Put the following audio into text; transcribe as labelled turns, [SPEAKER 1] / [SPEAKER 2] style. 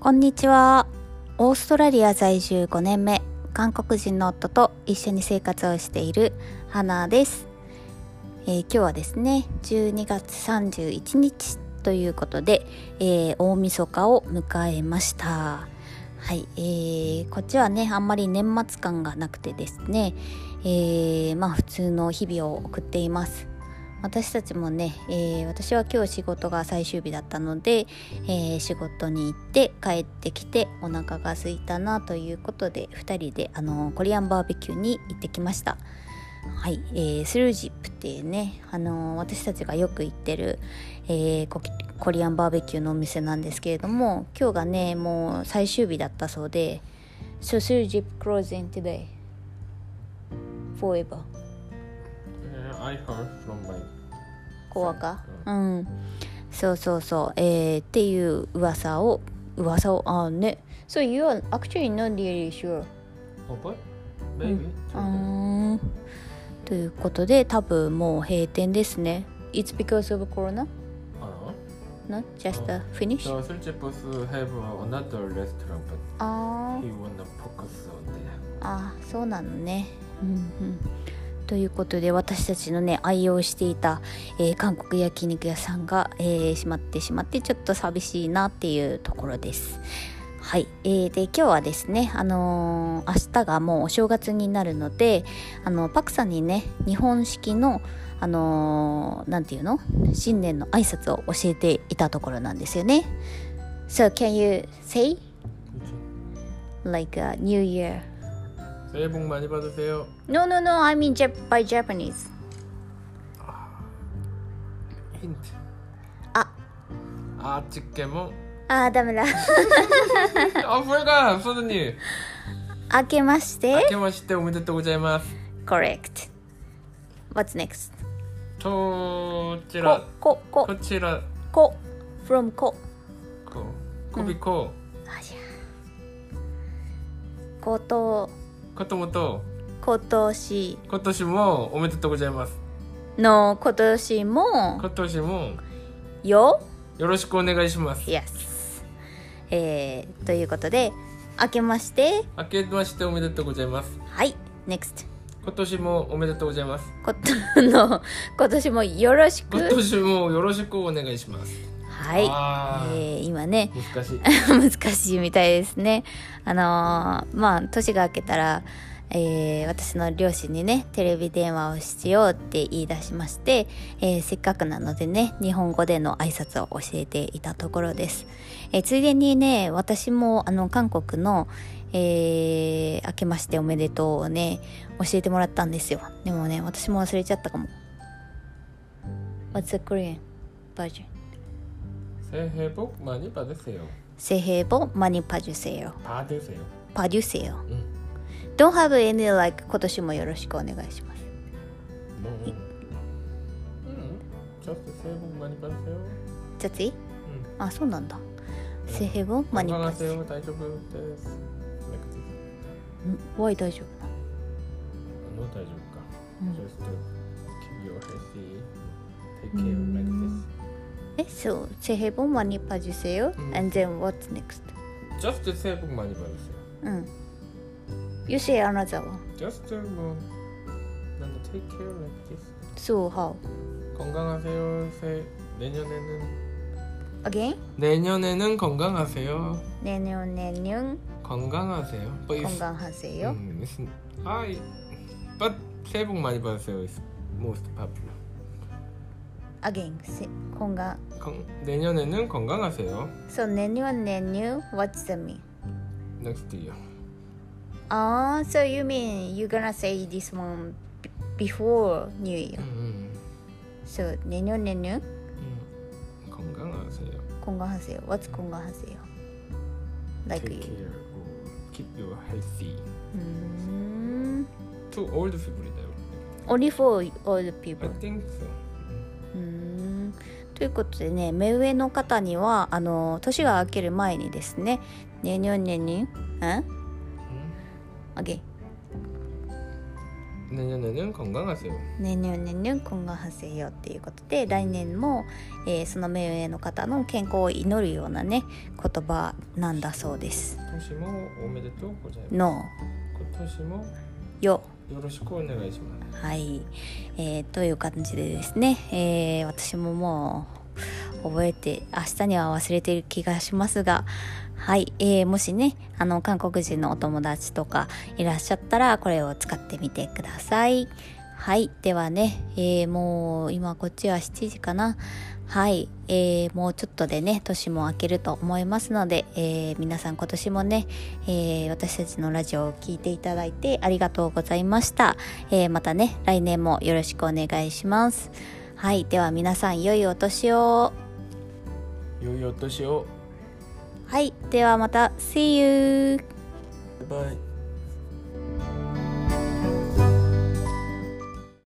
[SPEAKER 1] こんにちは。オーストラリア在住5年目、韓国人の夫と一緒に生活をしている花です、えー今日はですね、12月31日ということで、えー大晦日を迎えました。はい、えーこっちはね、あんまり年末感がなくてですね、えーまあ普通の日々を送っています。私たちもね、えー私は今日仕事が最終日だったので、えー仕事に行って帰ってきてお腹が空いたなということで2人であのコリアンバーベキューに行ってきました。はい、えースルージップっていうね、あの私たちがよく行ってる、えーコキコリアンバーベキューのお店なんですけれども今日がねもう最終日だったそうで「So スルージップ closing today forever」
[SPEAKER 2] Yeah, 네, I heard from my
[SPEAKER 1] コアかうんそうそうそうえー、っていう噂を噂をあーね So you are actually not really sure
[SPEAKER 2] uncle, maybe.
[SPEAKER 1] うーんということで多分もう閉店ですね It's because of corona?
[SPEAKER 2] Uh,
[SPEAKER 1] Not just a finish?
[SPEAKER 2] so Sulchipus have uh, another restaurant, but
[SPEAKER 1] あー
[SPEAKER 2] he wanna focus on the
[SPEAKER 1] あーそうなのねうんうんということで私たちのね愛用していた、えー韓国焼肉屋さんが、えー閉まってしまってちょっと寂しいなっていうところです。はい、えーで今日はですね、あのー明日がもうお正月になるのであのパクさんにね日本式の、あのーなんていうの新年の挨拶を教えていたところなんですよね。So can you say like a New Year?
[SPEAKER 2] 새해 복 많이 받으세요.
[SPEAKER 1] No, no, no, I mean Jap by Japanese.
[SPEAKER 2] 힌트.
[SPEAKER 1] 아.
[SPEAKER 2] 아, 찌개몽.
[SPEAKER 1] あーダ メだ
[SPEAKER 2] 아, 불가! 소드님.
[SPEAKER 1] 明けまして
[SPEAKER 2] 아케마시테 오메데토 고자이마스.
[SPEAKER 1] correct what's next
[SPEAKER 2] 토치라.
[SPEAKER 1] ここ
[SPEAKER 2] 토치라.
[SPEAKER 1] こ from こ
[SPEAKER 2] 코. 코비코.
[SPEAKER 1] あじゃあこと
[SPEAKER 2] 코토모토.
[SPEAKER 1] 今年
[SPEAKER 2] 코토시모 오메데토 고자이마스.
[SPEAKER 1] の今年も
[SPEAKER 2] 코토시모
[SPEAKER 1] よ
[SPEAKER 2] 요로시코 오네가이시마스.
[SPEAKER 1] yes えー、ということで明けまして
[SPEAKER 2] 明けましておめでとうございます。
[SPEAKER 1] はい next
[SPEAKER 2] 今年もおめでとうございます。
[SPEAKER 1] こと の今年もよろし
[SPEAKER 2] 今
[SPEAKER 1] く
[SPEAKER 2] 年もよろしくお願いします。
[SPEAKER 1] はい、
[SPEAKER 2] あー
[SPEAKER 1] えー、今ね
[SPEAKER 2] 難しい。
[SPEAKER 1] 難しいみたいですね。あのーまあ年が明けたら、えー私の両親にねテレビ電話をしようって言い出しまして、えーせっかくなのでね日本語での挨拶を教えていたところです。えーついでにね私もあの韓国の、えー明けましておめでとうをね教えてもらったんですよ。でもね私も忘れちゃったかも。What's the Korean version?
[SPEAKER 2] 새해복많이받으세요。
[SPEAKER 1] 새해복많이봐주세요
[SPEAKER 2] 받으세요。
[SPEAKER 1] 봐주세요.
[SPEAKER 2] うん。
[SPEAKER 1] Don't have any like 今年もよろしくお願いします。
[SPEAKER 2] もう。うん。ちょっと새해복많이받으세요。
[SPEAKER 1] じゃ次
[SPEAKER 2] う
[SPEAKER 1] あ、そうなんだ。セヘボ
[SPEAKER 2] ん。
[SPEAKER 1] マニ
[SPEAKER 2] お
[SPEAKER 1] パ
[SPEAKER 2] 任
[SPEAKER 1] ス
[SPEAKER 2] せ。よ大丈夫です。Like this.
[SPEAKER 1] ん Why 大丈夫なの
[SPEAKER 2] あの大丈夫か。
[SPEAKER 1] うん
[SPEAKER 2] Just keep your healthy. Take care like this.
[SPEAKER 1] え、そう。セヘボマニパジュセよ。
[SPEAKER 2] うん
[SPEAKER 1] And then what's next?
[SPEAKER 2] Just 새해복많이받으세요。
[SPEAKER 1] うん。You say another one.
[SPEAKER 2] Just 뭐. 난 take care like this.
[SPEAKER 1] So how?
[SPEAKER 2] 건강하세요. 새 내년에는
[SPEAKER 1] Again?
[SPEAKER 2] 내년에는 건강하세요.
[SPEAKER 1] ねんにょんねんにょん。
[SPEAKER 2] 건강하세요. But
[SPEAKER 1] こ
[SPEAKER 2] it's-
[SPEAKER 1] んばんはせよ。
[SPEAKER 2] 음, it's- I but 새해 복 많이 받으세요. It's most popular.
[SPEAKER 1] Again. せこんがん。
[SPEAKER 2] 건, 내년에는 건강하세요.
[SPEAKER 1] So ねんにょんねんにょん。What's the mean?
[SPEAKER 2] Next year.
[SPEAKER 1] Ah, so you mean you're gonna say this one b- before New Year?
[SPEAKER 2] 음,
[SPEAKER 1] So ねんにょんねんにょん。
[SPEAKER 2] 음. 건강하세요.
[SPEAKER 1] 건강하세요. What's 건강하세요? Like
[SPEAKER 2] Take
[SPEAKER 1] you.
[SPEAKER 2] care. or Keep you healthy.
[SPEAKER 1] 음.
[SPEAKER 2] To old people, though.
[SPEAKER 1] Only for old
[SPEAKER 2] I
[SPEAKER 1] people.
[SPEAKER 2] think so.
[SPEAKER 1] うんということでね目上の方にはあの年が明ける前にですね「ねにょんねにん」ん
[SPEAKER 2] 음.
[SPEAKER 1] ?again
[SPEAKER 2] 내년에는 건강하세요.
[SPEAKER 1] 年々年々今後発生よっていうことで来年も、えーその目上の方の健康を祈るようなね言葉なんだそうです。
[SPEAKER 2] 今年もおめでとうございます。
[SPEAKER 1] の
[SPEAKER 2] 今年も
[SPEAKER 1] よ
[SPEAKER 2] よろしくお願いします。
[SPEAKER 1] はい、えーという感じでですね、えー私ももう覚えて明日には忘れてる気がしますがはい、えーもしねあの韓国人のお友達とかいらっしゃったらこれを使ってみてくださいはいではね、えーもう今こっちは7時かなはい、えーもうちょっとでね年も明けると思いますので、えー皆さん今年もね、えー私たちのラジオを聞いていただいてありがとうございましたえーまたね来年もよろしくお願いしますはいでは皆さん良いお年を
[SPEAKER 2] 良いお年を。
[SPEAKER 1] はいではまた See you!
[SPEAKER 2] バイバイ。